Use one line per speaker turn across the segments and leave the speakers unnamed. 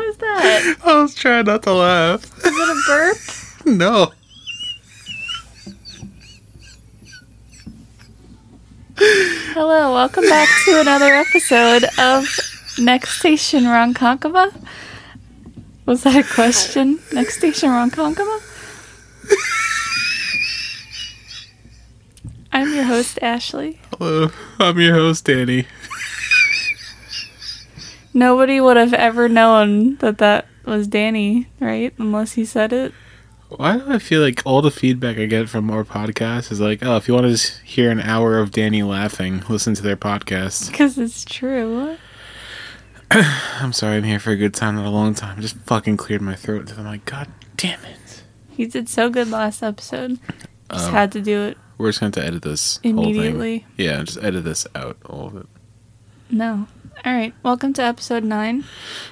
it?
I was trying not to laugh.
Is it a burp?
No.
Hello, welcome back to another episode of Next Station Ronkonkoma. Was that a question? Next Station Ronkonkoma? I'm your host, Ashley.
Hello. Uh, I'm your host, Danny.
Nobody would have ever known that that was Danny, right? Unless he said it.
Why do I feel like all the feedback I get from our podcast is like, oh, if you want to just hear an hour of Danny laughing, listen to their podcast.
Because it's true.
I'm sorry, I'm here for a good time, not a long time. I just fucking cleared my throat. I'm like, God damn it.
You did so good last episode. Just
Um,
had to do it
We're just going to have to edit this Whole thing.
immediately.
Yeah, just edit this out, all of it.
No. All right, welcome to episode 9.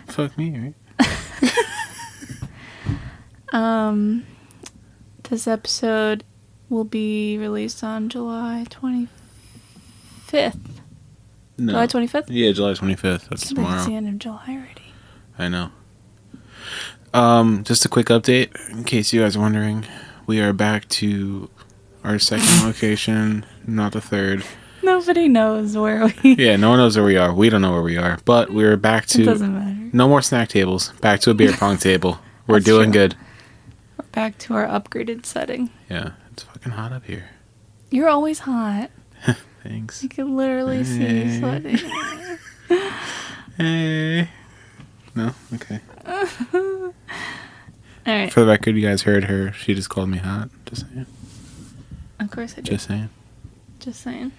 Fuck me, right?
Um, this episode will be released on July 25th.
No.
July 25th?
yeah, July 25th. That's
Can't believe It's the
tomorrow.
end of July already.
I know. Um, just a quick update, in case you guys are wondering. We are back to our second location, not the third.
Nobody knows where we.
Yeah, no one knows where we are. We don't know where we are, but we're back
It
to
doesn't matter.
no more snack tables. Back to a beer pong table. We're
That's
doing
true.
good.
We're back to our upgraded setting.
Yeah, it's fucking hot up here.
You're always hot.
Thanks.
You can literally see you sweating.
Hey. No, okay.
All right.
For the record, you guys heard her. She just called me hot. Just saying.
Of course I do.
Just saying.
Just saying.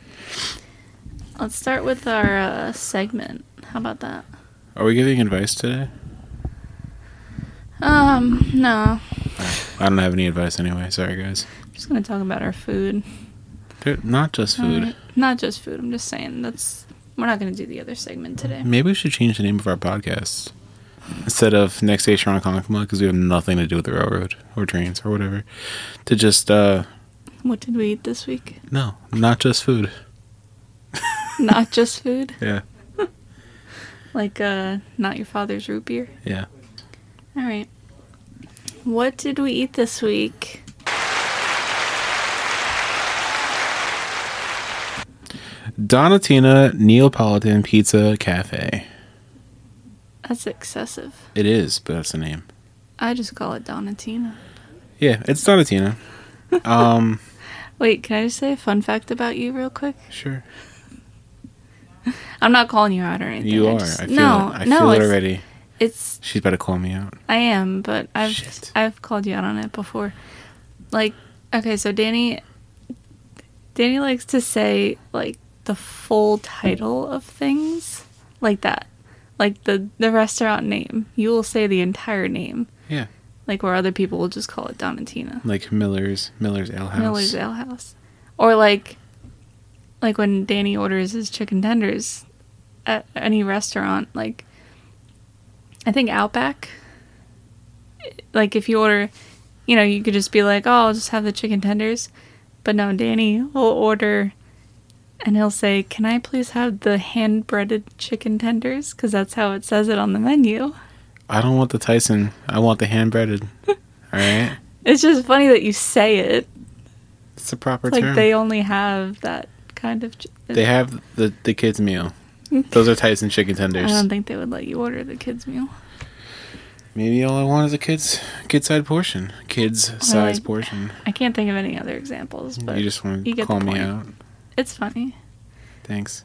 Let's start with our uh, segment. How about that?
Are we giving advice today?
Um, no.
I don't have any advice anyway. Sorry, guys.
I'm just gonna talk about our food.
They're not just food.
Alright. Not just food. I'm just saying that's we're not going to do the other segment today.
Maybe we should change the name of our podcast instead of Next Station on Conkma because we have nothing to do with the railroad or trains or whatever. To just uh
What did we eat this week?
no, not just food.
not just food,
Yeah,
like uh not your father's root beer.
yeah.
All right. What did we eat this week?
Donatina Neapolitan Pizza Cafe.
That's excessive.
It is, but that's the name.
I just call it Donatina.
Yeah, it's Donatina. Um,
Wait, can I just say a fun fact about you real quick?
sure.
I'm not calling you out or anything.
You
I
are.
just-
I feel
no,
it. I
no,
feel it
it's,
already.
It's
She's about to call me out.
I am, but I've
Shit.
I've called you out on it before. Like, okay, so Danny Danny likes to say like the full title of things like that. Like the the restaurant name. You will say the entire name.
Yeah,
Like where other people will just call it Donatina.
like Miller's Miller's Ale House.
Miller's Ale House. Or like like when Danny orders his chicken tenders at any restaurant, like I think Outback. Like if you order you know, you could just be like, Oh, I'll just have the chicken tenders but no, Danny will order and he'll say, Can I please have the hand breaded chicken tenders? Because that's how it says it on the menu.
I don't want the Tyson. I want the hand breaded. All right,
It's just funny that you say it.
it's the proper
Like
term.
they only have that kind of. ch- Mm-hmm.
They have the the kids meal. Those are Tyson chicken
I
tenders.
don't think they would let you order the kids meal.
Maybe all I want is a kids kid side portion, kids size
like-
portion.
I can't think of any other examples, but
You just want
you
to
get
call
the
me
point.
out.
it's funny.
Thanks.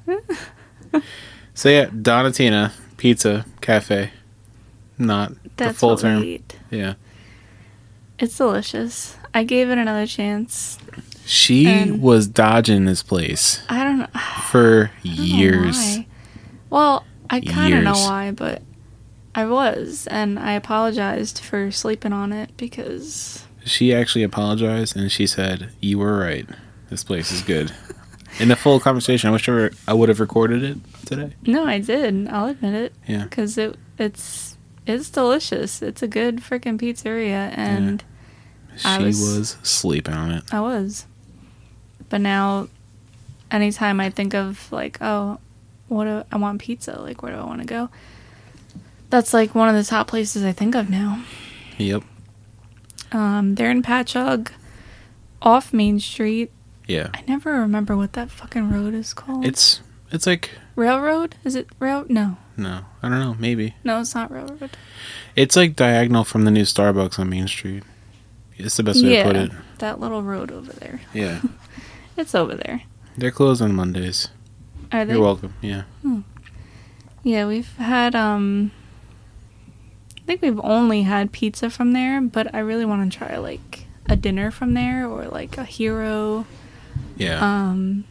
so yeah, Donatina Pizza Cafe. Not
That's
the full
what
term.
we eat.
Yeah.
It's delicious. I gave it another chance.
She
And-
was dodging this place
I don't know. I
for
don't know
years.
why. Well, I kind of know
Years.
why, but I was, and I apologized for sleeping on it because
She actually apologized and she said, "You were right. This place is good." In the full conversation, I wish I, were, I would have recorded it today.
no, I did. I'll admit it
Yeah.
because it it's it's delicious. It's a good freaking pizzeria, and.
She
I
was,
was-
sleeping on it.
I was. But now, anytime I think of like, oh, what do I want pizza? Like, where do I want to go? That's like one of the top places I think of now.
Yep.
Um, they're in Patchogue, off Main Street.
Yeah.
I never remember what that fucking road is called.
It's it's like
railroad. Is it rail? No,
no, I don't know. Maybe
no, it's not railroad.
it's like diagonal from the new Starbucks on Main Street. It's the best way to put it.
that little road over there.
Yeah.
It's over there.
They're closed on Mondays.
Are they?
You're welcome. Yeah.
Yeah, we've had um I think we've only had pizza from there, but I really want to try like a dinner from there or like a hero.
Yeah.
Um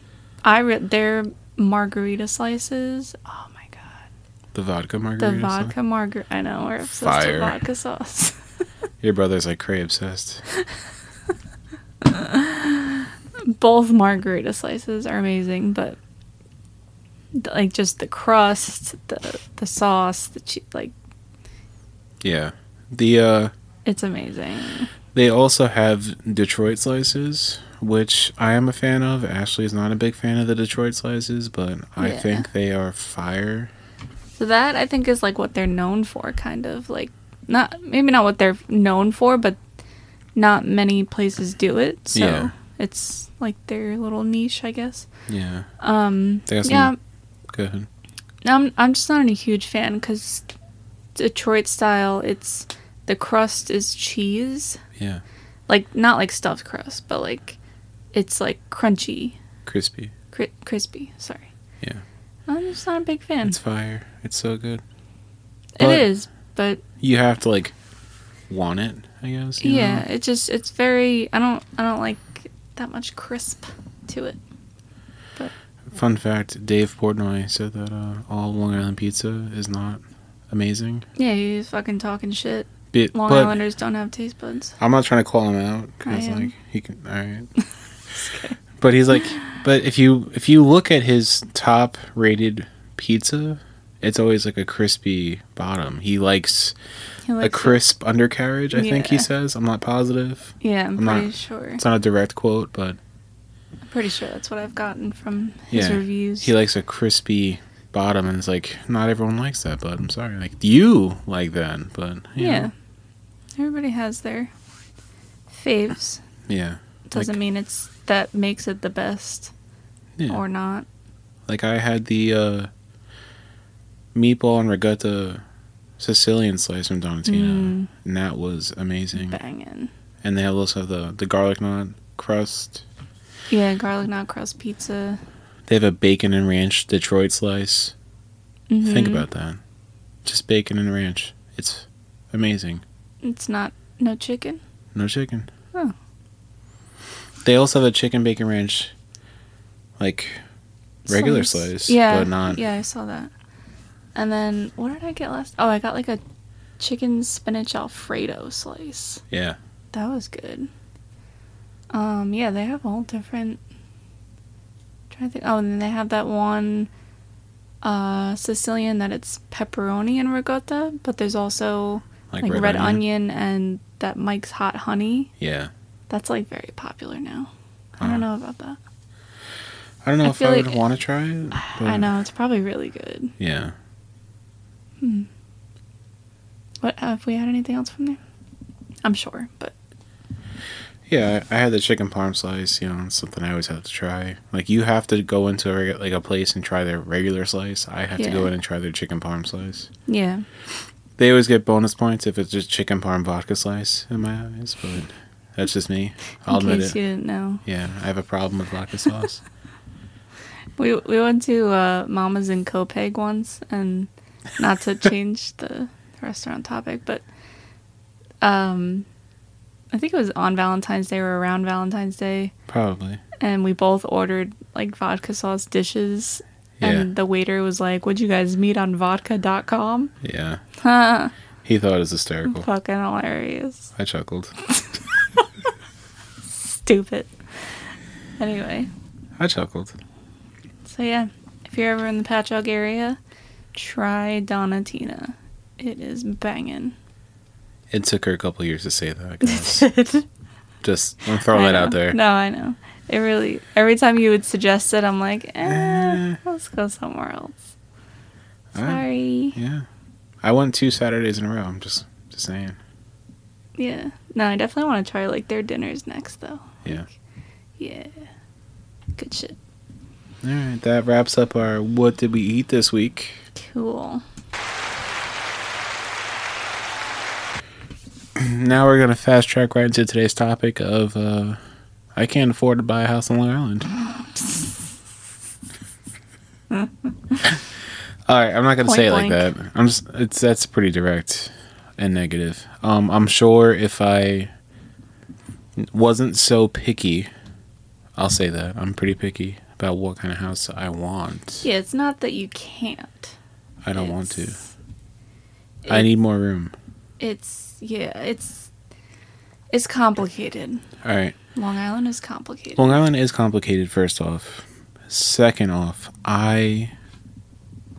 I re- their margarita slices. Oh my god.
the vodka margarita.
The
sauce.
vodka margarita. I know, we're obsessed
Fire.
with vodka sauce.
Your brother's like cray obsessed.
Both margarita slices are amazing, but th- like just the crust, the the sauce, the che- like
Yeah. The uh
it's amazing.
they also have Detroit slices, which I am a fan of. Ashley is not a big fan of the Detroit slices, but I
Yeah.
think they are fire.
So that I think is like what they're known for, kind of like not maybe not what they're known for, but not many places do it. So
Yeah.
it's like their little niche, I guess.
Yeah.
Um,
They got some-
yeah,
Go ahead.
no, I'm I'm just not a huge fan because Detroit style, it's the crust is cheese,
Yeah.
like not like stuffed crust, but like it's like crunchy,
Crispy.
cri- crispy. Sorry.
Yeah.
I'm just not a big fan.
It's fire. It's so good.
it
but-
is, but
You have to like want it, I guess. you know?
Yeah, it just it's very I don't I don't like that much crisp to it.
Fun fact: Dave Portnoy said that uh, all Long Island pizza is not amazing.
Yeah, he's fucking talking shit.
Bit,
Long
but
Islanders don't have taste buds.
I'm not trying to call him out
I
because
am.
like he can. All right. but he's like, but if you if you look at his top rated pizza, it's always like a crispy bottom. He likes
He
a
likes it.
crisp undercarriage. I think he
Yeah.
says. I'm not positive.
Yeah, I'm,
I'm
pretty
not-
sure.
It's not a direct quote, but
I'm pretty sure that's what I've gotten from his
Yeah,
reviews.
he likes a crispy bottom, and it's like not everyone likes that. But I'm sorry, like you like that, but you
yeah.
know,
Everybody has their faves.
yeah.
Doesn't mean it's that makes it the best
Yeah.
or not.
Like I had the uh, meatball and regatta Sicilian slice from Donatino,
Mm.
and that was amazing.
Banging.
And they also have the the garlic naan crust.
Yeah, garlic not crust pizza.
They have a bacon and ranch Detroit slice.
Mhm.
Think about that, just bacon and ranch. It's amazing.
it's not no chicken.
No chicken.
Oh.
They also have a chicken bacon ranch, like regular
Slice.
slice,
Yeah,
but not.
Yeah, I saw that. And then what did I get last? Oh, I got like a chicken spinach alfredo slice.
yeah.
That was good. Um, yeah, they have all different. trying to think. Oh, and then they have that one uh Sicilian that it's pepperoni and ricotta, but there's also like, red, onion. and that Mike's hot honey.
Yeah.
That's like very popular now. I
Uh-huh.
don't know about that.
I don't know
I
if I
feel
would
like-
want to try it.
I
but-
know it's probably really good.
Yeah.
What have we had anything else from there? I'm sure, but
Yeah, I I had the chicken parm slice. You know, it's something I always have to try. Like you have to go into a regu- like a place and try their regular slice. I have to go
Yeah.
in and try their chicken parm slice.
yeah,
They always get bonus points if it's just chicken parm vodka slice in my eyes, but that's just me. I'll
in
admit
case
it.
you didn't know,
Yeah, I have a problem with vodka sauce.
we we went to uh, Mama's in Copeg once, and not to change the restaurant topic, but um, I think it was on Valentine's Day or around Valentine's Day,
Probably.
and we both ordered like vodka sauce dishes,
Yeah.
and the waiter was like, "Would you guys meet on vodka.com?"
Yeah.
Huh,
He thought it was hysterical.
fucking hilarious.
I chuckled.
stupid. Anyway,
I chuckled.
so yeah, if you're ever in the Patchogue area, try Donatina. It is banging.
It took her a couple years to say that, guys.
Throw
just I'm throwing that out there.
No, I know. It really. Every time you would suggest it, I'm like, eh,
Eh.
let's go somewhere else.
All right.
Sorry.
Yeah. I went two Saturdays in a row. I'm just just saying.
Yeah. No, I definitely want to try like their dinners next though.
Yeah.
Yeah. Good shit.
All right, that wraps up our what did we eat this week.
Cool.
now we're gonna fast track right into today's topic of uh, I can't afford to buy a house on Long Island. All right, I'm not gonna
Point
say it like
blank.
that. I'm just it's that's pretty direct and negative. Um, I'm sure if I wasn't so picky, I'll say that I'm pretty picky about what kind of house I want.
Yeah, it's not that you can't.
I don't want to. I
I
need more room.
It's yeah. It's it's complicated.
All right.
Long Island is complicated.
Long Island is complicated, first off. Second off, I.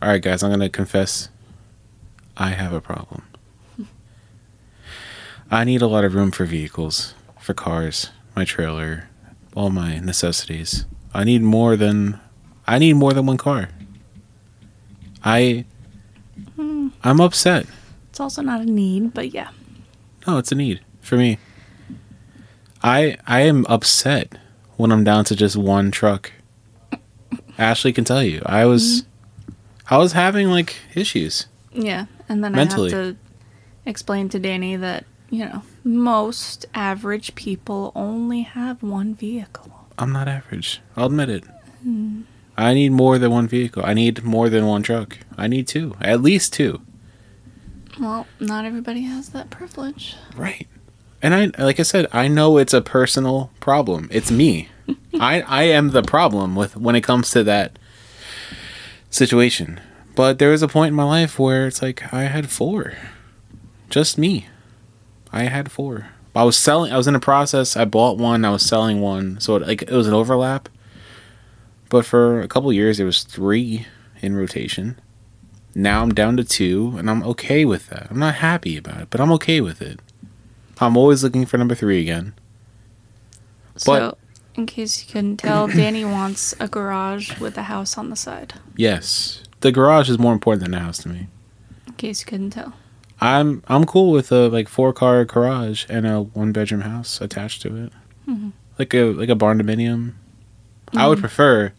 Alright, guys, I'm going to confess I have a problem. I need a lot of room for vehicles, for cars, my trailer, all my necessities. I need more than. I need more than one car. I. I'm upset.
It's also not a need, but yeah.
No, Oh, it's a need for me. I I am upset when I'm down to just one truck. Ashley can tell you. I was I was having like issues.
Yeah, and then
Mentally.
I have to explain to Danny that you know most average people only have one vehicle.
I'm not average. I'll admit it. I need more than one vehicle. I need more than one truck. I need two. At least two.
Well, not everybody has that privilege.
Right. And I like I said, I know it's a personal problem. It's me. I I am the problem with when it comes to that situation. But there was a point in my life where it's like I had four. Just me. I had four. I was selling I was in a process. I bought one, I was selling one. So it, like it was an overlap. But for a couple years there was 3 in rotation. Now I'm down to 2 and I'm okay with that. I'm not happy about it, but I'm okay with it. I'm always looking for number 3 again.
so, in case you couldn't tell, Danny wants a garage with a house on the side.
Yes. The garage is more important than the house to me.
In case you couldn't tell.
I'm I'm cool with a like four car garage and a one bedroom house attached to it, like a like a barn dominium. I would prefer.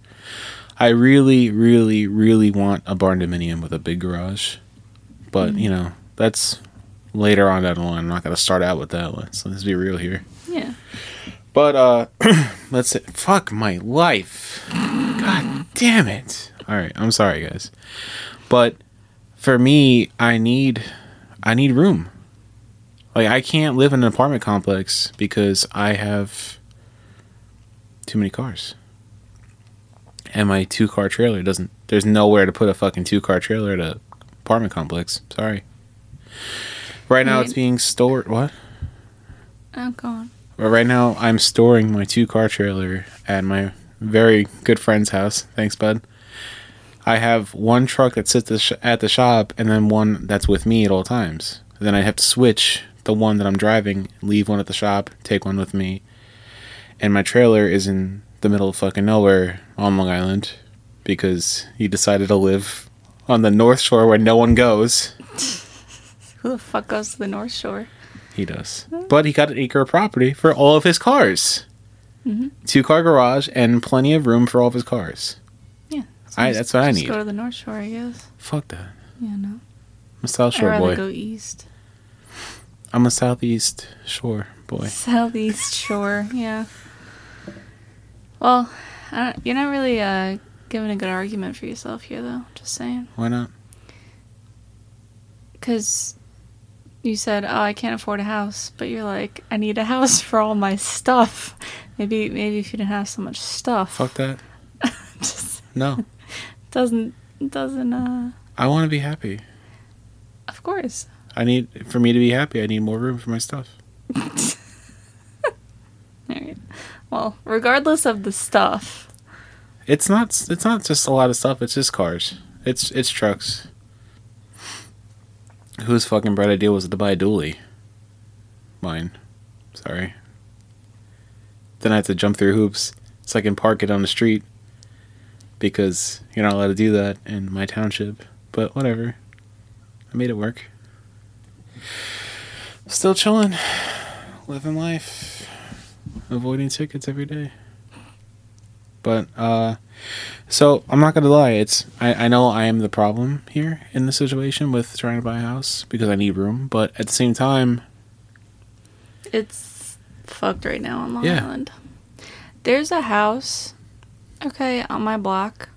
I really, really, really want a barn dominium with a big garage, but you know that's later on down the line. I'm not gonna start out with that. Let's let's be real here.
Yeah.
But uh let's say, fuck my life. God damn it. All right, I'm sorry guys. But for me, I need I need room. Like I can't live in an apartment complex because I have too many cars. And my two car trailer doesn't there's nowhere to put a fucking two car trailer at a apartment complex. Sorry. Right now
Right.
it's being stored what?
I'm going.
But right now, I'm storing my two car trailer at my very good friend's house. Thanks, bud. I have one truck that sits the sh- at the shop, and then one that's with me at all times. Then I have to switch the one that I'm driving, leave one at the shop, take one with me, and my trailer is in the middle of fucking nowhere on Long Island because he decided to live on the North Shore where no one goes.
Who the fuck goes to the North Shore?
He does. But he got an acre of property for all of his cars.
Mm-hmm.
Two car garage and plenty of room for all of his cars.
Yeah.
I-
just-
that's what I
just
need.
Go to the North Shore, I guess.
Fuck that.
Yeah, no.
I'm a South
I'd
Shore
rather
boy.
go east.
I'm a Southeast Shore boy.
Southeast Shore, yeah. Well, I don't, you're not really uh, giving a good argument for yourself here, though. Just saying.
Why not?
Because you said, oh, I can't afford a house, but you're like, I need a house for all my stuff. Maybe, maybe if you didn't have so much stuff,
Fuck that.
just
No.
doesn't doesn't uh.
I want to be happy.
Of course.
I need, for me to be happy, I need more room for my stuff.
All right. Well, regardless of the stuff,
It's not, it's not just a lot of stuff. It's just cars. It's, it's trucks. Whose fucking bright idea was it to buy a dually? Mine. Sorry. Then I have to jump through hoops so I can park it on the street because you're not allowed to do that in my township. But whatever. I made it work. Still chilling, living life, avoiding tickets every day. But uh, so I'm not gonna lie. It's I, I know I am the problem here in the situation with trying to buy a house because I need room. But at the same time,
It's fucked right now on Long
Yeah.
Island. There's a house, okay, on my block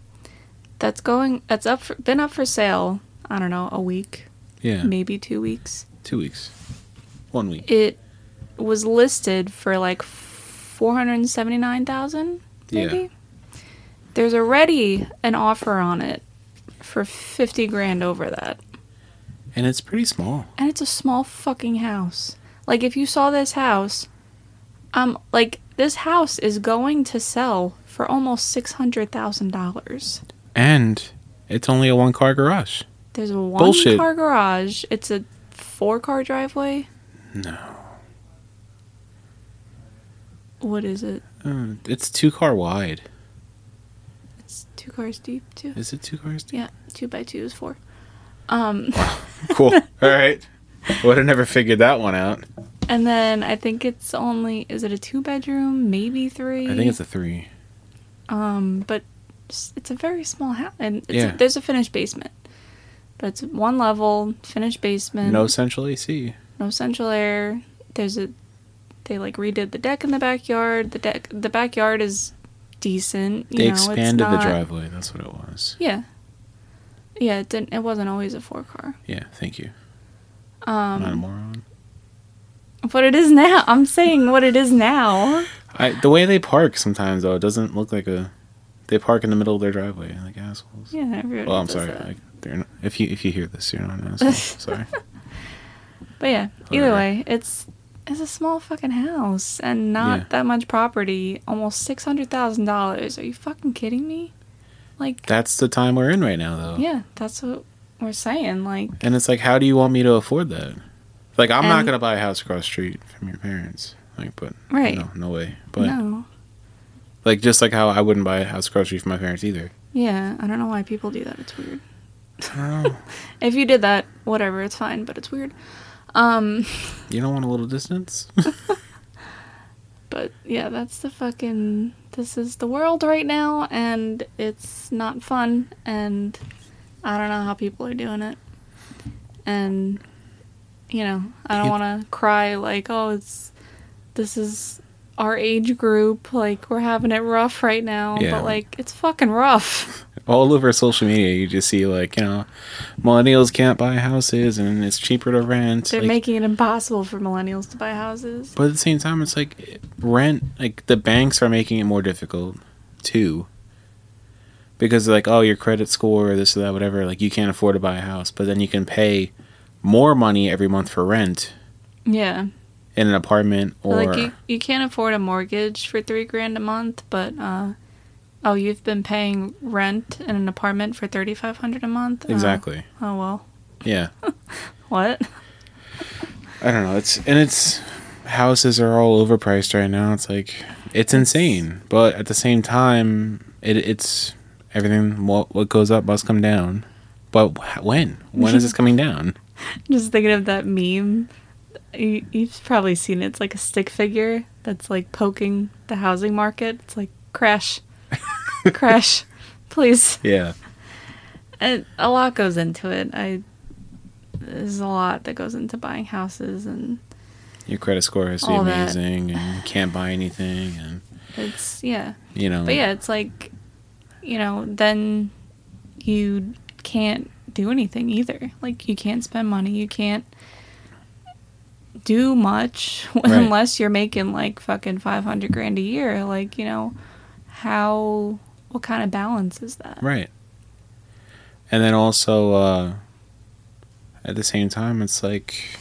that's going that's up for, been up for sale, I don't know, a week,
yeah,
maybe 2 weeks.
two weeks, one week.
It was listed for like 479,000 maybe.
Yeah.
There's already an offer on it for 50 grand over that.
and it's pretty small.
And it's a small fucking house. Like if you saw this house, um like this house is going to sell for almost $600,000.
And it's only a one car garage.
There's a one
Bullshit.
car garage. It's a four car driveway.
No.
What is it?
Uh, it's two car wide.
It's two cars deep, too.
Is it two cars?
Yeah, 2 by 2 is 4. Um
cool. All right. Would have never figured that one out.
and then I think it's only is it a two bedroom, maybe 3?
I think it's a three.
Um, but s- it's a very small house, and it's
Yeah.
a, there's a finished basement. But it's one level, finished basement,
No central AC.
no central air. There's a they like redid the deck in the backyard. The deck, the backyard is decent. You
They
know, it's
expanded
not,
the driveway. That's what it was.
Yeah, yeah. It didn't. It wasn't always a four car.
Yeah. Thank you. I'm not a
Um,
moron.
but it is now. I'm saying what it is now.
I, the way they park sometimes though, it doesn't look like a. They park in the middle of their driveway like assholes.
Yeah, everyone.
Well, I'm
does
sorry.
that.
Like, they're not, if you if you hear this, you're not an asshole. sorry.
But yeah, either
Whatever.
way, it's it's a small fucking house and not
Yeah.
that much property. Almost six hundred thousand dollars. Are you fucking kidding me? Like,
That's the time we're in right now though.
yeah, that's what we're saying. Like,
And it's like, how do you want me to afford that? Like, I'm not
And-
gonna buy a house across the street from your parents. Like, but
Right.
no, no way. But
no,
like, just like how I wouldn't buy a house across the street from my parents either.
yeah, I don't know why people do that. It's weird.
No,
If you did that, whatever, it's fine. But it's weird. Um,
you don't want a little distance.
but yeah, that's the fucking. This is the world right now, and it's not fun. And I don't know how people are doing it. And you know, I don't
Peop-
want to cry like, oh, it's this is our age group. Like we're having it rough right now,
Yeah.
but like it's fucking rough.
All over social media, you just see like, you know, millennials can't buy houses and it's cheaper to rent.
They're
like-
making it impossible for millennials to buy houses.
but at the same time, it's like rent. Like the banks are making it more difficult too. Because like, oh, your credit score, this or that, whatever. Like you can't afford to buy a house, but then you can pay more money every month for rent
Yeah,
in an apartment or
like you, you can't afford a mortgage for three grand a month, but uh, oh, you've been paying rent in an apartment for thirty five hundred a month. Uh,
exactly.
oh well,
Yeah.
what?
I don't know. It's and it's houses are all overpriced right now. It's like it's insane, but at the same time, it it's everything. What what goes up must come down. But wh- when when is this coming down?
Just thinking of that meme. You, you've probably seen it. It's like a stick figure that's like poking the housing market. It's like crash, crash, please.
Yeah,
And a lot goes into it. I there's a lot that goes into buying houses, and
your credit score has to be
All that.
amazing, and you can't buy anything, and
it's yeah.
you know.
But yeah, it's like, you know, then you can't do anything either. Like, you can't spend money. You can't do much unless you're making like fucking 500 grand a year. Like, you know, how, what kind of balance is that?
Right. And then also, uh, at the same time, it's like,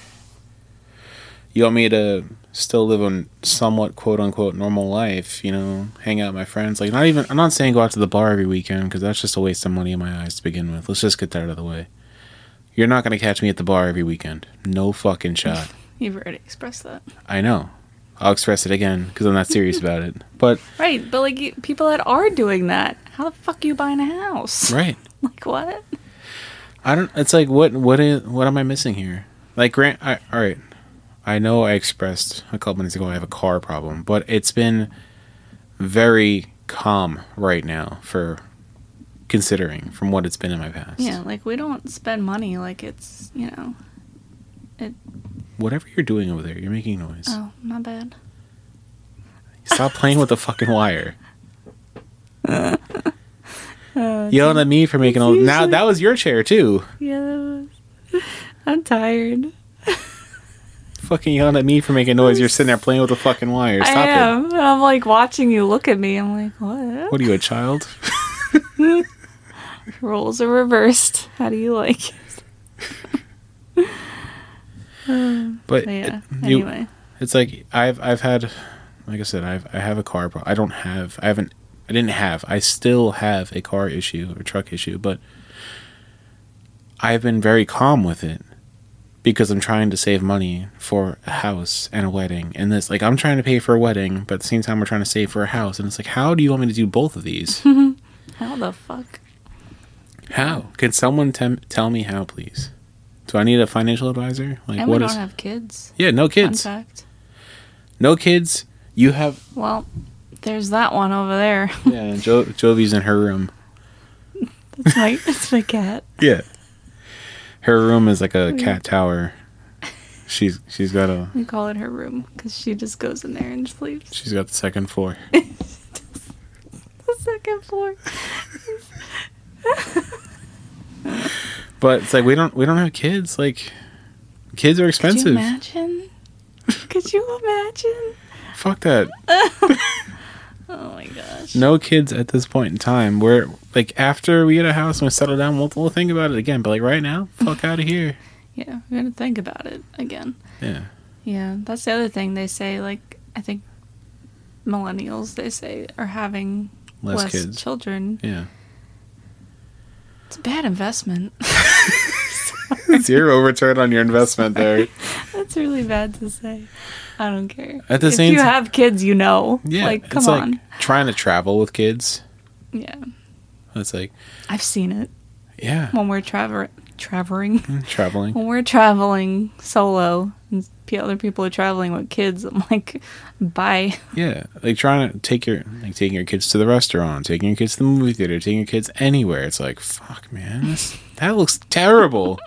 you want me to still live a somewhat quote unquote normal life, you know, hang out with my friends. Like, not even, I'm not saying go out to the bar every weekend because that's just a waste of money in my eyes to begin with. Let's just get that out of the way. You're not going to catch me at the bar every weekend. No fucking shot.
You've already expressed that.
I know. I'll express it again because I'm not serious about it. But,
Right. But like, you, people that are doing that, how the fuck are you buying a house?
right.
Like, what?
I don't. It's like what what is what am I missing here? Like Grant. I, all right. I know I expressed a couple minutes ago I have a car problem, but it's been very calm right now for considering from what it's been in my past.
Yeah, like we don't spend money like it's you know. It.
Whatever you're doing over there, you're making noise.
Oh, my bad.
Stop playing with the fucking wire. Yelling at me for making all. Now
usually-
that was your chair too.
Yeah, that was- I'm tired.
Fucking yelling at me for making noise. You're sitting there playing with the fucking wire. Stop
I
it.
am. and I'm like watching you look at me. I'm like, what?
What are you, a child?
Roles are reversed. How do you like it?
But
But yeah.
you-
anyway,
it's like I've I've had, like I said, I've I have a car. Pro- I don't have. I haven't. I didn't have. I still have a car issue or truck issue, but I've been very calm with it because I'm trying to save money for a house and a wedding. And this, like, I'm trying to pay for a wedding, but at the same time, we're trying to save for a house. And it's like, how do you want me to do both of these?
how the fuck?
How? Can someone tem- tell me how, please? Do I need a financial advisor? Like,
and we
what
don't
is?
have kids.
yeah, no kids.
Fun fact.
No kids. You have.
Well, there's that one over there.
Yeah, jo- Jovi's in her room.
That's my, that's my cat.
Yeah. Her room is
Oh,
like a cat tower. She's she's got a
We call it her room because she just goes in there and sleeps.
she's got the second floor.
The second floor.
But it's like we don't we don't have kids. Like kids
Could
are
you
expensive.
imagine? Could you imagine?
Fuck that.
Oh my gosh.
No kids at this point in time. We're like after we get a house and we settle down, we'll, we'll think about it again. But like right now, fuck out of here.
Yeah, we're gonna think about it again.
Yeah.
Yeah, that's the other thing they say. Like, I think millennials they say are having
Less
less,
kids.
children.
Yeah.
It's a bad investment.
Zero return on your investment there.
that's really bad to say. I don't care.
At the
if
same
you
ti-
have kids, you know.
Yeah.
like come
it's
on.
like trying to travel with kids.
yeah,
It's like
I've seen it
yeah.
when we're traver traveling.
Traveling.
When we're traveling solo and p- other people are traveling with kids, I'm like, bye.
Yeah, like trying to take your like taking your kids to the restaurant, taking your kids to the movie theater, taking your kids anywhere. It's like fuck, man, that's, that looks terrible.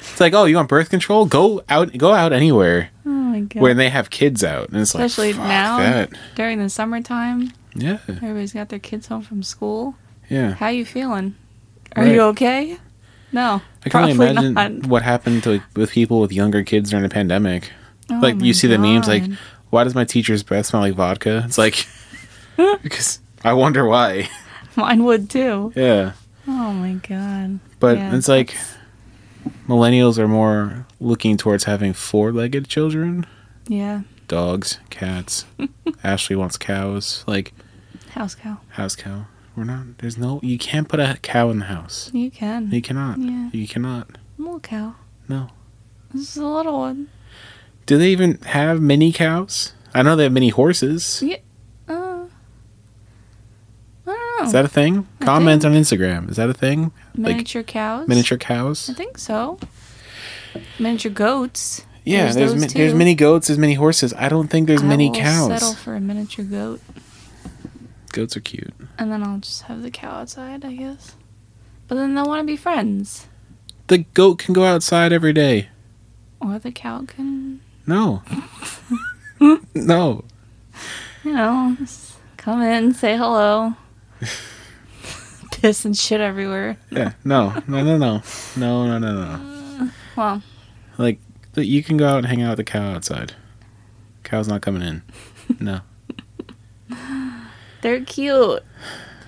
it's like, oh, you want birth control? Go out, go out anywhere
Oh my god.
when they have kids out, and it's like
Especially
fuck
now
That.
during the summertime,
Yeah,
everybody's got their kids home from school.
yeah.
How you feeling? Are
Right.
you okay? No,
I can only
probably
imagine
not.
what happened to with people with younger kids during the pandemic.
Oh
like
my
you see the memes, like,
God.
why does my teacher's breath smell like vodka? It's like because I wonder why.
mine would too.
yeah.
Oh my god!
But
Yeah,
it's like
that's-
millennials are more looking towards having four legged children
yeah,
dogs, cats. Ashley wants cows, like
house cow.
house cow. We're not, there's no, you can't put a cow in the house.
You can
You cannot.
Yeah.
You cannot.
little cow.
No.
This is a little one.
Do they even have mini cows? I know they have mini horses.
Yeah. Uh, I don't know.
Is that a thing?
I
Comment on Instagram. Is that a thing? Like
miniature cows.
miniature
I
cows?
think so. Miniature goats.
Yeah, there's
those
there's, mi- there's
too.
mini goats, there's mini horses. I don't think there's
I
many
will
cows.
Settle for a miniature goat,
Goats are cute.
and then I'll just have the cow outside, I guess. But then they'll want to be friends,
The goat can go outside every day.
or the cow can,
No. no.
you know, s- come in, say hello, piss and shit everywhere.
Yeah. No. No. No. No. No. No. No. No.
Well,
Like th- you can go out and hang out with the cow outside. Cow's not coming in. No.
they're cute.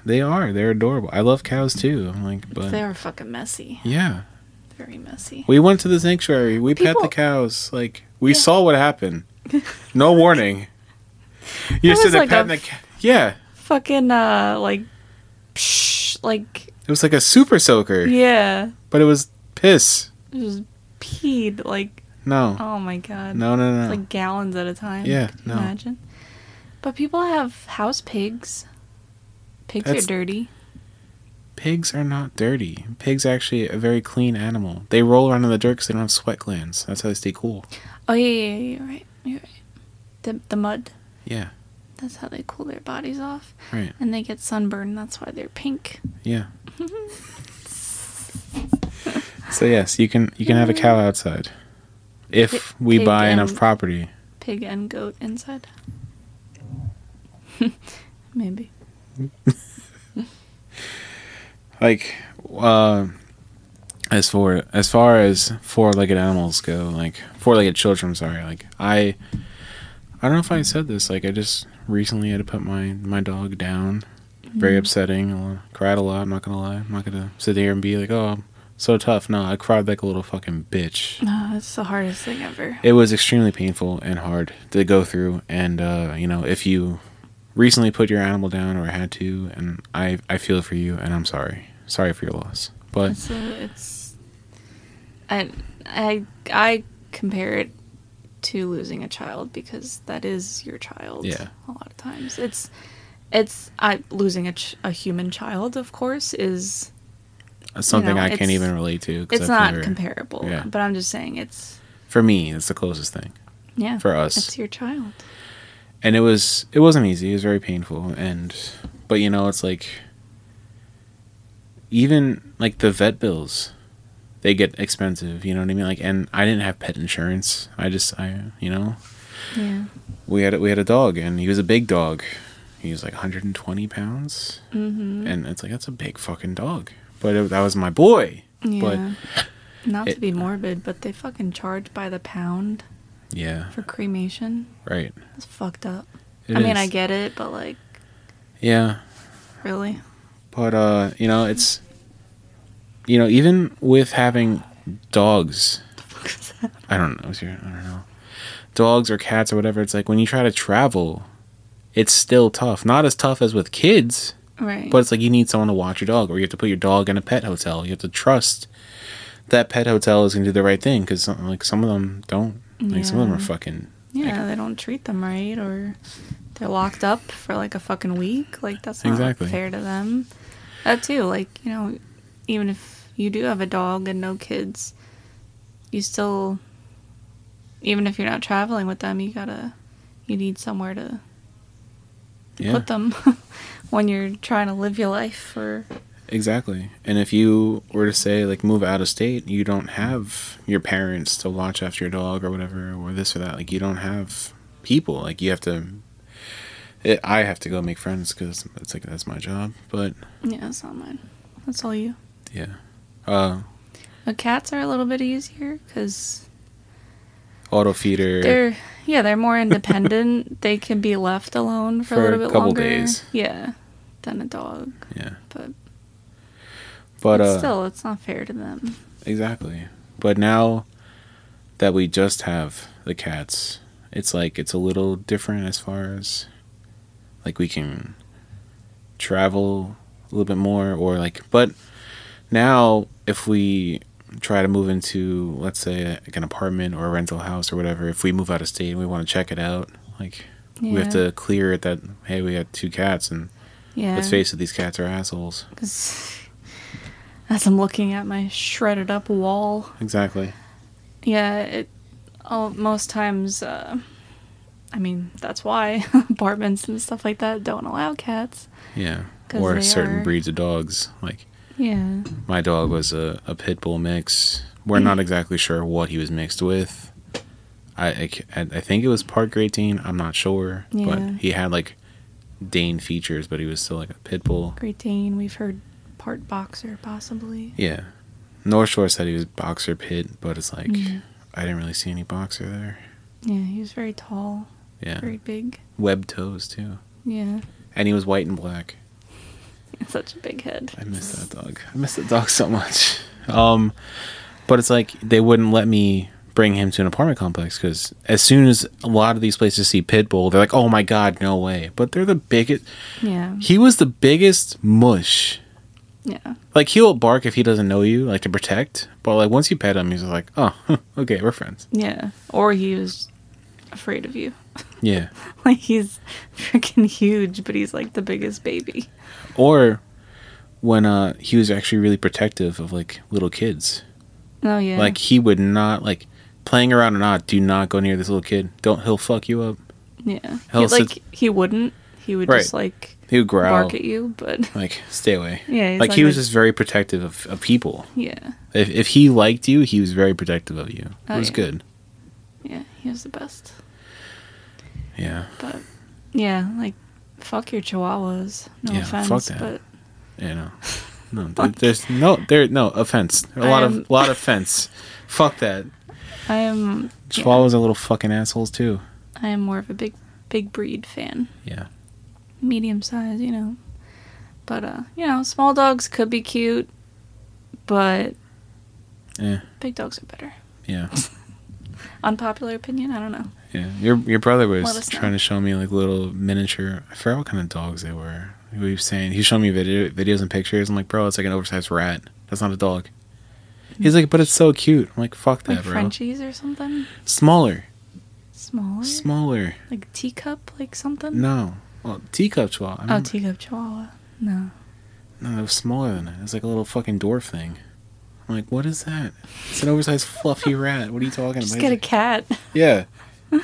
They are. They're adorable. I love cows too. I'm like, but
They are fucking messy,
yeah.
very messy.
We went to the sanctuary. We pet the
People-
cows. Like we
Yeah.
saw what happened. No warning. You
That
sit
was
there
like a
petting the ca- yeah.
Fucking uh, like, psh, like
It was like a super soaker,
yeah,
but it was piss.
just peed like.
No.
Oh my god.
No. No. No.
It's like gallons at a time.
Yeah,
Could you
no.
Imagine. But people have house pigs. Pigs
That's-
are dirty.
Pigs are not dirty. Pigs are actually a very clean animal. They roll around in the dirt because they don't have sweat glands. That's how they stay cool.
Oh yeah, yeah, yeah, you're right. You're right. The the mud.
Yeah,
That's how they cool their bodies off,
right.
and they get sunburned. That's why they're pink.
Yeah. so yes, you can you can have a cow outside if
Pi-
we
pig
buy enough
and-
property.
Pig and goat inside. Maybe.
Like, uh, as for as far as four-legged animals go, like four-legged children. Sorry, like I, I don't know if I said this. Like I just recently had to put my my dog down. Very upsetting. I cried a lot. I'm not gonna lie. I'm not gonna sit here and be like, oh, I'm so tough. No, I cried like a little fucking bitch.
No, that's Uh, the hardest thing ever.
it was extremely painful and hard to go through and uh, you know if you recently put your animal down or had to and I, I feel for you and i'm sorry sorry for your loss but
It's, a, it's I I I compare it to losing a child because that is your child.
Yeah.
A lot of times it's it's I losing a ch- a human child of course is
it's something
know,
i can't
it's-
even relate to 'cause
it's
I've
not
never-
comparable.
yeah.
But I'm just saying it's
for me it's the closest thing
yeah.
For us.
It's your child.
and it was it wasn't easy it was very painful and but you know it's like even like the vet bills they get expensive you know what i mean like and i didn't have pet insurance i just i you know
Yeah.
we had we had a dog and he was a big dog. He was like 120 pounds, mm-hmm. and it's like that's a big fucking dog. But it, that was my boy.
Yeah. Not
it-
to be morbid, but they fucking charge by the pound
But yeah,
for cremation.
right.
That's fucked up.
It
I mean,
is.
I get it, but like,
Yeah,
really?
but uh, you know, it's you know, even with having dogs, I don't know. is your- I don't know. Dogs or cats or whatever. It's like when you try to travel, it's still tough. Not as tough as with kids,
right.
But it's like you need someone to watch your dog, or you have to put your dog in a pet hotel. You have to trust that pet hotel is going to do the right thing because like some of them don't. Like some of them
Yeah.
are fucking.
yeah, they don't treat them right, or they're locked up for like a fucking week. Like that's not
Exactly.
fair to them. That too. Like you know, even if you do have a dog and no kids, you still, even if you're not traveling with them, you gotta, you need somewhere to
Yeah,
put them when you're trying to live your life or
exactly. And if you were to say like move out of state, you don't have your parents to watch after your dog or whatever, or this or that. Like you don't have people. Like you have to. It, I have to go make friends because it's like that's my job. But
yeah, it's not mine. That's all you.
yeah, uh,
But cats are a little bit easier because
auto feeder.
they're yeah they're more independent they can be left alone for,
For
a
a
little bit
couple
longer
days.
yeah than a dog
yeah,
but,
but
it's
uh,
still it's not fair to them
Exactly. But now that we just have the cats, it's like it's a little different as far as like we can travel a little bit more or like but now if we try to move into let's say like an apartment or a rental house or whatever if we move out of state and we want to check it out like we have
Yeah.
to clear it that hey we got two cats and
yeah
let's face it these cats are assholes
because as i'm looking at my shredded up wall
exactly
yeah it all, most times uh, i mean that's why apartments and stuff like that don't allow cats
yeah
'Cause
or
they
certain
are-
breeds of dogs like
yeah
My dog was a, a pit bull mix. We're not exactly sure what he was mixed with. I, I, ca- I I think it was part Great Dane. I'm not sure.
Yeah.
But he had like Dane features, but he was still like a pit bull.
great dane we've heard part boxer possibly
Yeah. North Shore said he was boxer pit, but it's like, I didn't really see any boxer there.
yeah he was very tall
Yeah.
very big
Webbed toes too.
yeah
And he was white and black.
Such a big head.
I miss that dog. I miss that dog so much. Um, but it's like they wouldn't let me bring him to an apartment complex because as soon as a lot of these places see Pitbull, they're like, "Oh my god, no way!" But they're the biggest.
Yeah.
He was the biggest mush.
Yeah.
Like he'll bark if he doesn't know you, like to protect. But like once you pet him, he's like, "Oh, okay, we're friends."
Yeah. Or he was afraid of you.
Yeah.
like he's freaking huge, but he's like the biggest baby.
Or when uh he was actually really protective of like little kids.
Oh yeah.
Like he would not like playing around or not. Do not go near this little kid. Don't he'll fuck you up.
yeah. He,
Hell,
like
since-
he wouldn't. He would
Right.
just like
He would growl.
bark at you, but
Like stay away.
Yeah, he's
Like
not
he was
good.
just very protective of, of people.
yeah,
If if he liked you, he was very protective of you.
Oh,
it was
yeah.
good.
yeah, he was the best.
Yeah.
But yeah, like fuck your chihuahuas. No
Yeah,
offense,
fuck that.
but
You know. No, there, there's no there no offense. A lot
I'm-
of lot of offense. Fuck that.
I am
Chihuahuas are little fucking assholes too.
I am more of a big big breed fan.
Yeah.
Medium size, you know. But uh, you know, small dogs could be cute, but
Yeah.
big dogs are better.
Yeah.
Unpopular opinion, I don't know.
Yeah, your your brother
Let
was
us know.
trying to show me like little miniature. I forgot what kind of dogs they were. He was saying he showed me video, videos and pictures. I'm like, bro, it's like an oversized rat. That's not a dog. He's like, but it's so cute. I'm like, fuck that,
Hmm. Like
bro.
Frenchies or something.
Smaller,
Smaller?
smaller.
like teacup, like something?
No, well, teacup chihuahua. I
Oh,
remember-
teacup chihuahua. No.
no, it was smaller than that. It's like a little fucking dwarf thing. I'm like, what is that? It's an oversized fluffy rat. What are you talking
Just
about?
get a
He's
cat.
like, yeah,
Well,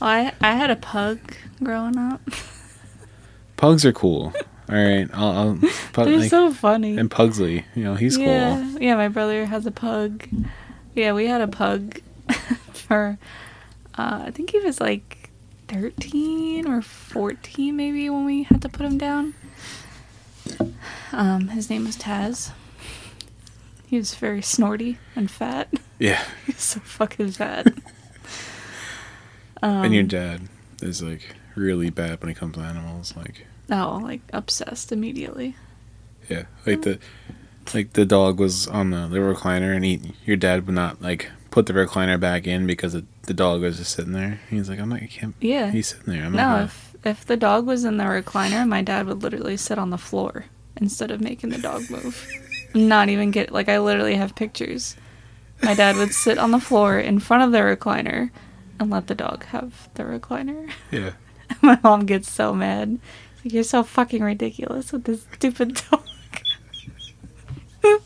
I, I had a pug growing up.
pugs are cool. All right, I'll, I'll pug,
They're
like,
so funny.
and Pugsley. You know, he's cool.
yeah. Yeah, my brother has a pug. Yeah, we had a pug for, uh, I think he was like 13 or 14 maybe when we had to put him down. Um, his name was Taz. He was very snorty and fat.
Yeah.
He was so fucking fat. Um,
and your dad is like really bad when it comes to animals. Like,
Oh, like obsessed immediately.
yeah, like the like the dog was on the, the recliner, and he your dad would not like put the recliner back in because it, the dog was just sitting there. He's like, I'm not, I can't.
Yeah.
He's sitting there. I'm not.
No,
gonna-
if if the dog was in the recliner, my dad would literally sit on the floor instead of making the dog move. Not even get like I literally have pictures. My dad would sit on the floor in front of the recliner and let the dog have the recliner.
yeah.
my mom gets so mad. She's Like, You're so fucking ridiculous with this stupid dog.
Yeah.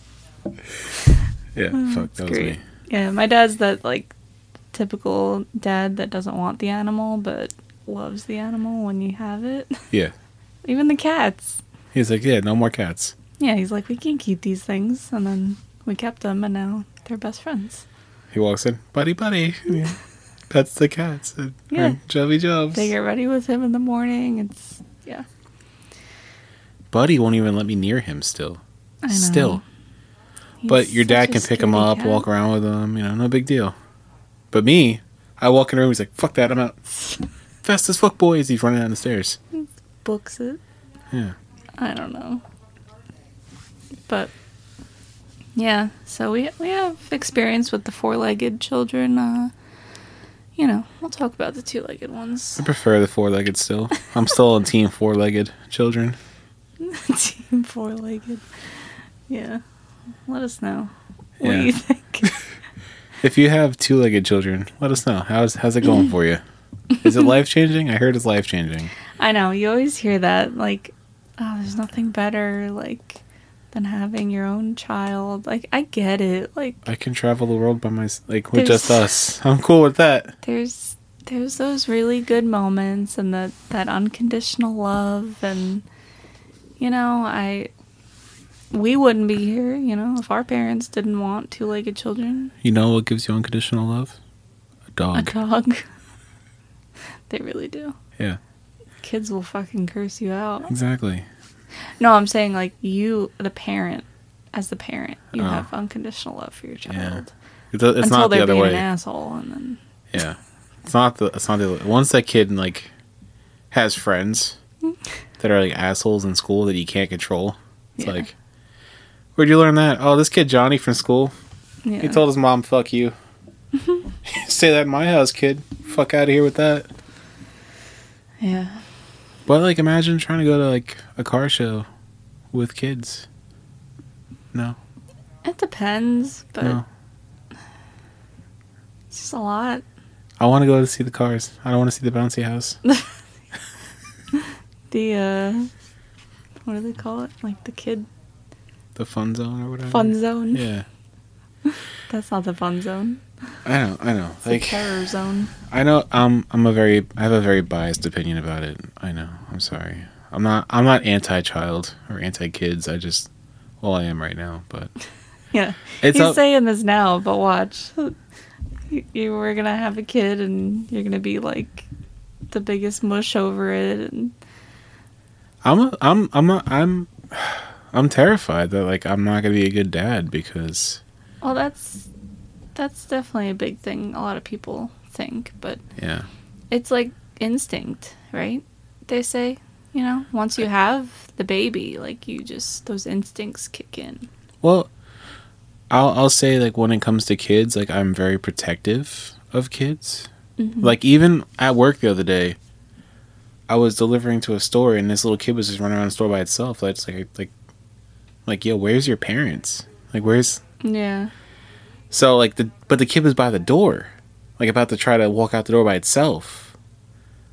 fuck.
Mm, It's
That was
great.
me.
Yeah, my dad's that like typical dad that doesn't want the animal but loves the animal when you have it.
Yeah.
Even the cats.
He's like, yeah, no more cats.
Yeah, he's like, we can't keep these things. And then we kept them, and now they're best friends.
He walks in, buddy, buddy. Yeah. Pets the cats. And,
Yeah.
and Chubby Jobs.
They get ready with him in the morning. It's, yeah.
Buddy won't even let me near him still.
I know.
Still.
He's
But your
such
dad
a
can pick him
scaredy
up,
cat.
walk around with him, you know, no big deal. But me, I walk in the room, he's like, fuck that, I'm out. Fast as fuck, boys. He's running down the stairs.
Books it.
Yeah.
I don't know. But, yeah. So we, we have experience with the four legged children. Uh, you know, we'll talk about the two legged ones.
I prefer the four legged still. I'm still on team four legged children.
Team four legged. Yeah. Let us know. What
Yeah.
do you think?
If you have two legged children, let us know. How's how's it going for you? Is it life changing? I heard it's life changing.
I know you always hear that like oh there's nothing better like than having your own child. Like I get it. Like
I can travel the world by my like with
There's-
just us. I'm cool with that.
there's there's those really good moments and that that unconditional love and you know, I we wouldn't be here, you know, if our parents didn't want two-legged children,
You know what gives you unconditional love? A dog.
a dog. they really do.
Yeah.
Kids will fucking curse you out.
Exactly.
No, I'm saying like you, the parent, as the parent, you
Oh.
have unconditional love for your child
Yeah. It's, it's
until
not
they're
the other
being
way.
an asshole, and then
Yeah, it's not the it's not the once that kid like has friends that are like assholes in school that you can't control. It's
Yeah.
like, where'd you learn that? Oh, this kid Johnny from school.
yeah,
He told his mom, "Fuck you." Say that in my house, kid. Fuck out of here with that.
yeah,
But like, imagine trying to go to like a car show with kids. No,
it depends, but
no.
it's just a lot.
I want to go to see the cars. I don't want to see the bouncy house.
The uh, what do they call it? Like the kid
the fun zone or whatever.
Fun zone.
Mm-hmm. Yeah,
That's not the fun zone.
I know, I know.
It's the
Like
terror zone.
I know, um, I'm a very, I have a very biased opinion about it. I know. I'm sorry. I'm not, I'm not anti-child or anti-kids. I just, well, I am right now, but
Yeah.
it's
He's
up-
saying this now, but watch. You, you were gonna have a kid, and you're gonna be like the biggest mush over it. And
I'm a, I'm I'm a, I'm I'm terrified that like I'm not gonna be a good dad because
well, that's that's definitely a big thing. A lot of people think, but
yeah
it's like instinct, right? They say, you know, once you have the baby, like you just those instincts kick in.
well I'll I'll say like when it comes to kids like I'm very protective of kids like even at work the other day I was delivering to a store and this little kid was just running around the store by itself like it's like like like yo where's your parents like where's
Yeah.
So like the but the kid was by the door, like about to try to walk out the door by itself.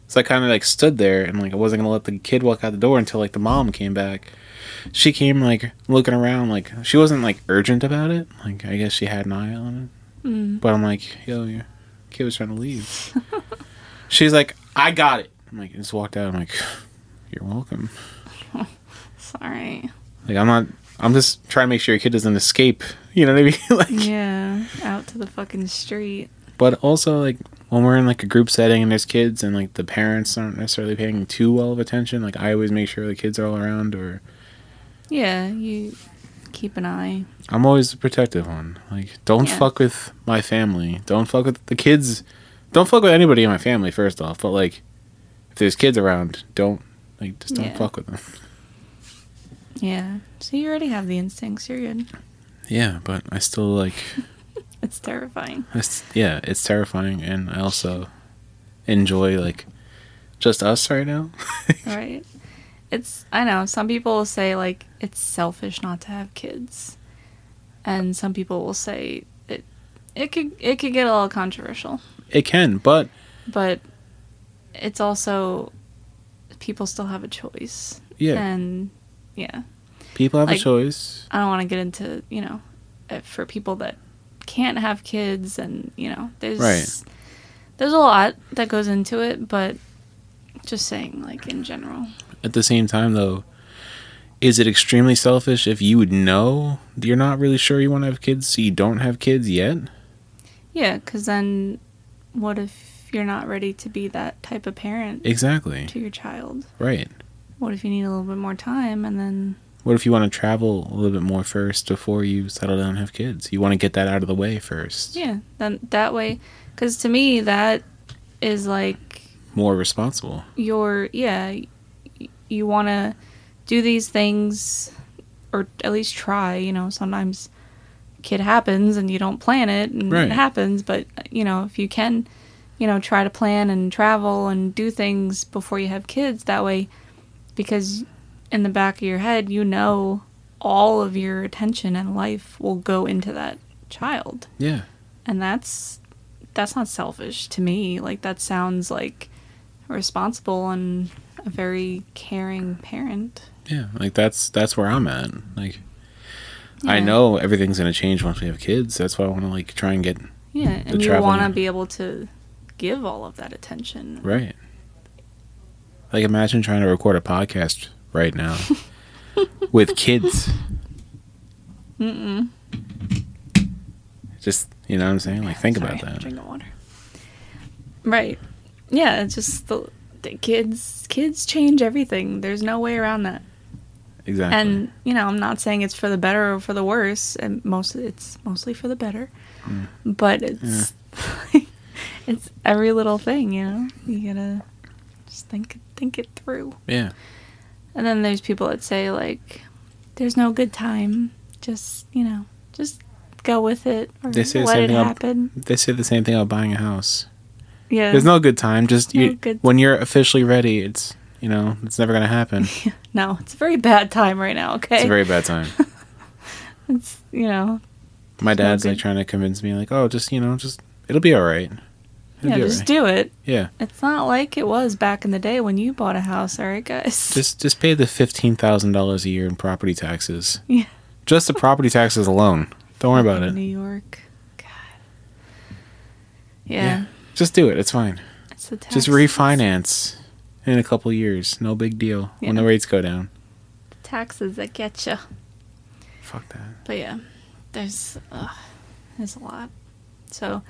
So I kind of like stood there and like I wasn't gonna let the kid walk out the door until like the mom came back. She came like looking around, like she wasn't like urgent about it. Like I guess she had an eye on it. But I'm like, yo, your kid was trying to leave. She's like, I got it. I'm like, just walked out. I'm like, you're welcome.
Sorry.
Like I'm not. I'm just trying to make sure your kid doesn't escape. You know what I mean? like,
Yeah. Out to the fucking street.
but also like when we're in like a group setting and there's kids and like the parents aren't necessarily paying too well of attention like i always make sure the kids are all around or
Yeah. You keep an eye.
i'm always the protective one like don't
Yeah.
fuck with my family don't fuck with the kids don't fuck with anybody in my family first off but like if there's kids around don't like just don't
Yeah.
fuck with them
Yeah. So you already have the instincts. You're good.
yeah but i still like
It's terrifying.
it's, yeah it's terrifying and i also enjoy like just us right now
right? It's I know some people will say like it's selfish not to have kids, and some people will say it it could it could get a little controversial,
it can but
but it's also people still have a choice,
yeah
and yeah,
people have
like-
a choice
I don't want to get into you know uh, for people that can't have kids and you know there's
Right.
there's a lot that goes into it, but just saying like in general,
At the same time, though, is it extremely selfish if you know you're not really sure you want to have kids, so you don't have kids yet?
Yeah, because then what if you're not ready to be that type of parent
Exactly.
to your child?
Right.
What if you need a little bit more time and then,
What if you want to travel a little bit more first before you settle down and have kids? You want to get that out of the way first.
yeah, then that way, because to me, that is like
More responsible.
your, yeah, y- you want to do these things or at least try, you know, sometimes kid happens and you don't plan it and
Right.
it happens, but you know, if you can, you know, try to plan and travel and do things before you have kids that way because in the back of your head you know all of your attention and life will go into that child
Yeah.
and that's that's not selfish to me like that sounds like responsible and a very caring parent
Yeah. Like that's that's where I'm at. Like I
Yeah.
know everything's gonna change once we have kids. That's why I want to like try and get
yeah and you
Mm, traveling-
want to be able to give all of that attention
Right. Like imagine trying to record a podcast right now with kids. Mm-mm. Just you know what I'm saying? Like think
Sorry,
about that.
drink of water right yeah it's just the, the kids kids change everything there's no way around that
Exactly.
and you know i'm not saying it's for the better or for the worse and most it's mostly for the better
Mm.
but it's it's every little thing you know you gotta just think think it through
yeah.
and then there's people that say like there's no good time just you know just go with it or
They say the
let
same
it
thing ab-
happen
They say the same thing about buying a house.
yeah
There's no good time. Just
No
you,
good-
when you're officially ready, it's you know it's never gonna happen.
no it's a very bad time right now okay
It's a very bad time.
It's, you know
My
no
dad's like
good-
trying to convince me like, oh, just you know, just it'll be all right. It'll
yeah
be all
just
right."
do it
yeah.
it's not like it was back in the day when you bought a house all right guys
Just just pay the fifteen thousand dollars a year in property taxes.
Yeah.
Just the property taxes alone. Don't worry about
New
it.
York. God. Yeah.
Yeah. Just do it. It's fine.
It's the tax,
Just refinance in a couple years. No big deal. When the
Yeah.
rates go down.
taxes that get you.
Fuck that.
But yeah, there's ugh, there's a lot. So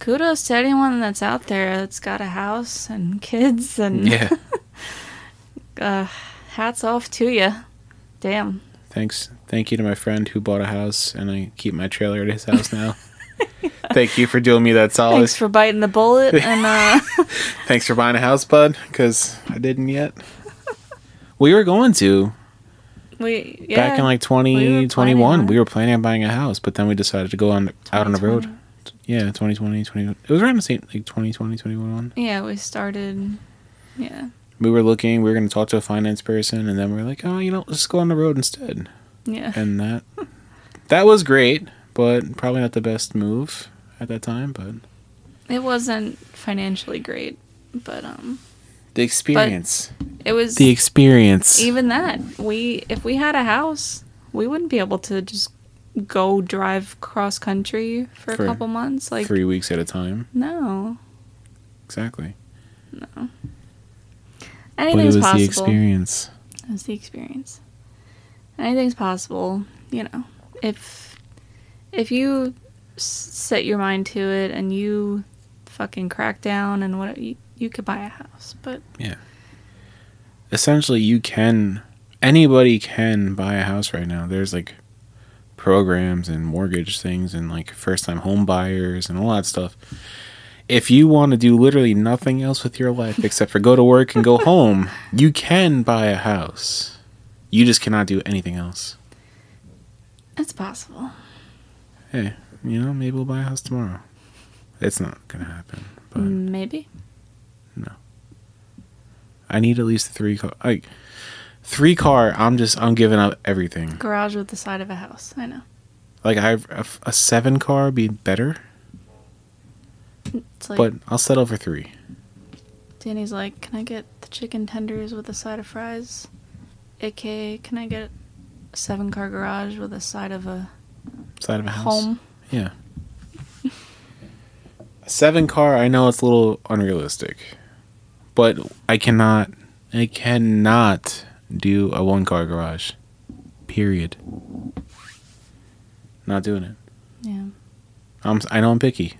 kudos to anyone that's out there that's got a house and kids and
Yeah.
uh, hats off to you. Damn.
Thanks. Thank you to my friend who bought a house and I keep my trailer at his house now. Thank you for doing me that solid.
Thanks for biting the bullet and uh,
Thanks for buying a house, bud, because I didn't yet. we were going to
we yeah.
back in like
we were
2021.
planning on it.
we were planning on buying a house, but then we decided to go on out on the road.
2020.
Yeah, 2020, 20, It was around the same, like 2020, 2021.
Yeah, we started. Yeah,
We were looking, we were going to talk to a finance person, and then we were like, oh, you know, let's go on the road instead.
yeah.
And that that was great, but probably not the best move at that time, but
It wasn't financially great, but um,
the experience.
it was
the experience.
even that we if we had a house we wouldn't be able to just go drive cross country for,
For
a couple months like
Three weeks at a time.
no
Exactly. But it
anything's
was the
possible it
experience.
was the experience anything's possible you know if if you s- set your mind to it and you fucking crack down and what you, you could buy a house but
essentially you can anybody can buy a house right now there's like programs and mortgage things and like first time home buyers and all that stuff if you want to do literally nothing else with your life except for go to work and go home you can buy a house you just cannot do anything else
it's possible
hey you know maybe we'll buy a house tomorrow it's not gonna happen but
maybe
i need at least three car like three car i'm just i'm giving up everything
garage with the side of a house i know
Like I a, a seven car be better,
it's like
but I'll settle for three.
Danny's like, "Can I get the chicken tenders with a side of fries?" AKA, "Can I get a seven-car garage with a side of a
Side of a house.
home?"
Yeah. a seven car. I know it's a little unrealistic, but I cannot. I cannot do a one car garage. Period. Not doing it.
Yeah,
I'm. I know I'm picky.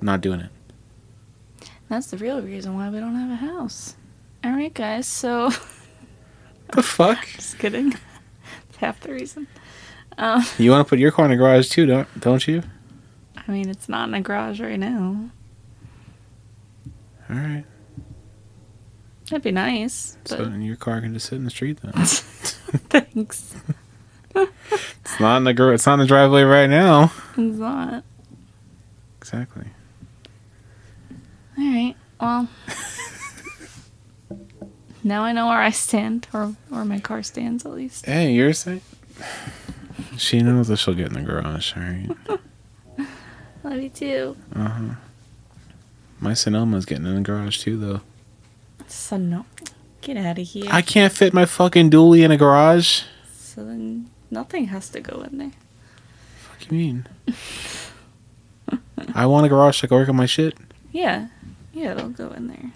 Not doing it.
that's the real reason why we don't have a house. All right, guys. So,
The fuck.
just kidding. It's half the reason. Um,
You want to put your car in a garage too, don't don't you?
I mean, it's not in a garage right now.
All right.
That'd be nice, but
So then your car can just sit in the street then.
thanks.
It's not in the gar- it's not in the driveway right now.
It's not.
Exactly.
All right. Well, now I know where I stand, or where my car stands, at least.
Hey, you're saying she knows that she'll get in the garage. All right.
Love you too.
Uh huh. My Sonoma's getting in the garage too, though.
So no, get out of here.
I can't fit my fucking dually in a garage.
so then nothing has to go in there.
What do you mean? I want a garage so I can work on my shit.
Yeah, yeah, it'll go in there.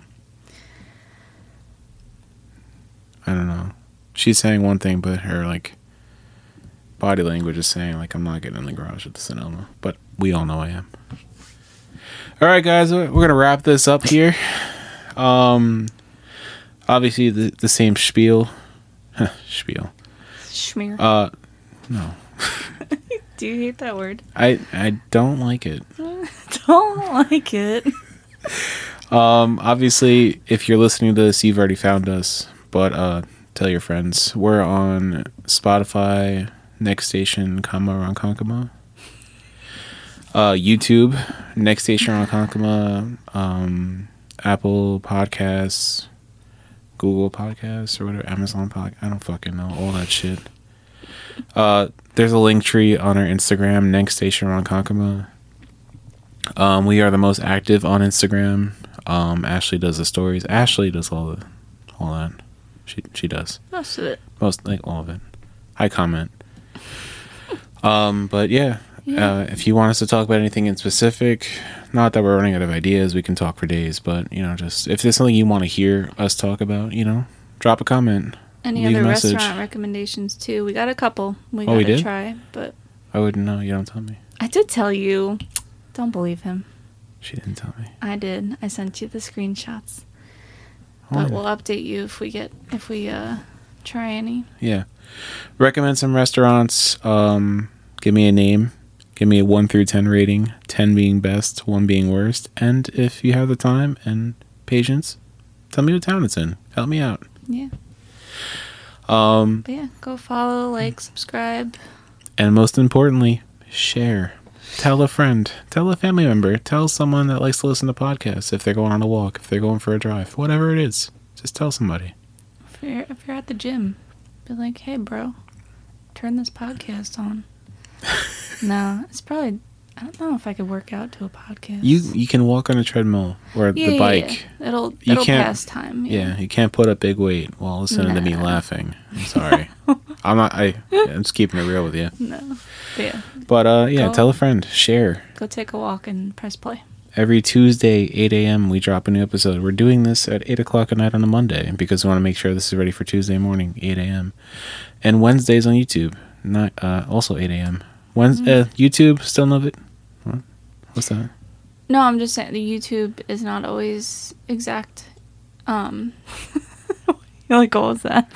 I don't know. She's saying one thing, but her like body language is saying like I'm not getting in the garage with the Sonoma. But we all know I am. All right, guys, we're we're gonna wrap this up here. Um, obviously the the same spiel, spiel.
Schmear.
Uh, no,
Do you hate that word?
I I don't like it.
Don't like it.
Um, obviously, if you're listening to this, you've already found us, but uh, tell your friends. We're on Spotify, Next Station, comma Ronkonkoma. Uh, YouTube, Next Station Ronkonkoma, um, Apple Podcasts, Google Podcasts, or whatever, Amazon Podcast. I don't fucking know all that shit. Uh, there's a link tree on our Instagram, Next Station Ronkonkoma. Um, we are the most active on Instagram. Um, Ashley does the stories. Ashley does all the, all that. She she does
Most of it.
most like all of it. I comment. Um, but yeah, Uh, if you want us to talk about anything in specific, not that we're running out of ideas, we can talk for days. But you know, just if there's something you want to hear us talk about, you know, drop a comment.
Any
Leave a
other
message.
restaurant recommendations too? We got a couple. We
Oh,
gotta
we did?
try, but
I wouldn't know. You don't tell me.
I did tell you. Don't believe him.
She didn't tell me.
I did. I sent you the screenshots.
Oh,
But we'll update you if we get if we uh try any.
Yeah. Recommend some restaurants. Um, give me a name. Give me a 1 through 10 rating, 10 being best, 1 being worst. And if you have the time and patience, tell me what town it's in. Help me out.
Yeah.
Um,
But yeah, go follow, like, subscribe.
and most importantly, share. Tell a friend, tell a family member, tell someone that likes to listen to podcasts if they're going on a walk, if they're going for a drive, whatever it is. Just tell somebody.
If you're if you're at the gym, be like, hey bro, turn this podcast on. no, it's probably I don't know if I could work out to a podcast.
You you can walk on a treadmill or
Yeah,
the
yeah,
bike.
yeah. It'll
You
it'll
can't-
pass time.
Yeah, you can't put up big weight while listening to me
Nah.
laughing. I'm sorry. I'm not. I, I'm just keeping it real with you.
No. But yeah.
But uh, yeah,
Go.
tell a friend, share.
Go take a walk and press play.
Every Tuesday, 8 a.m., we drop a new episode. We're doing this at 8 o'clock at night on a Monday because we want to make sure this is ready for Tuesday morning, 8 a.m. And Wednesdays on YouTube, not uh, also 8 a.m. Wednes uh, YouTube, still love it. What? What's that?
No, I'm just saying the YouTube is not always exact. Um, you're like, what was that?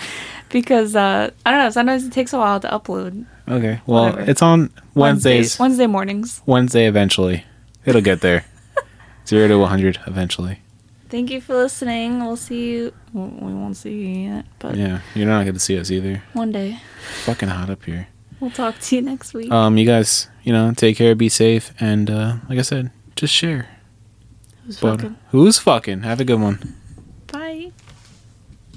Because uh, I don't know. Sometimes it takes a while to upload.
Okay. Well,
Whatever.
it's on Wednesdays.
Wednesday mornings.
Wednesday eventually. It'll get there. Zero to 100 eventually.
Thank you for listening. We'll see you. Well, we won't see you yet, but
Yeah, you're not going to see us either.
one day
Fucking hot up here.
we'll talk to you next week.
Um, you guys, you know, take care, be safe, and uh, like I said, just share.
It was
But
fucking-
who's fucking? Have a good one.
Bye.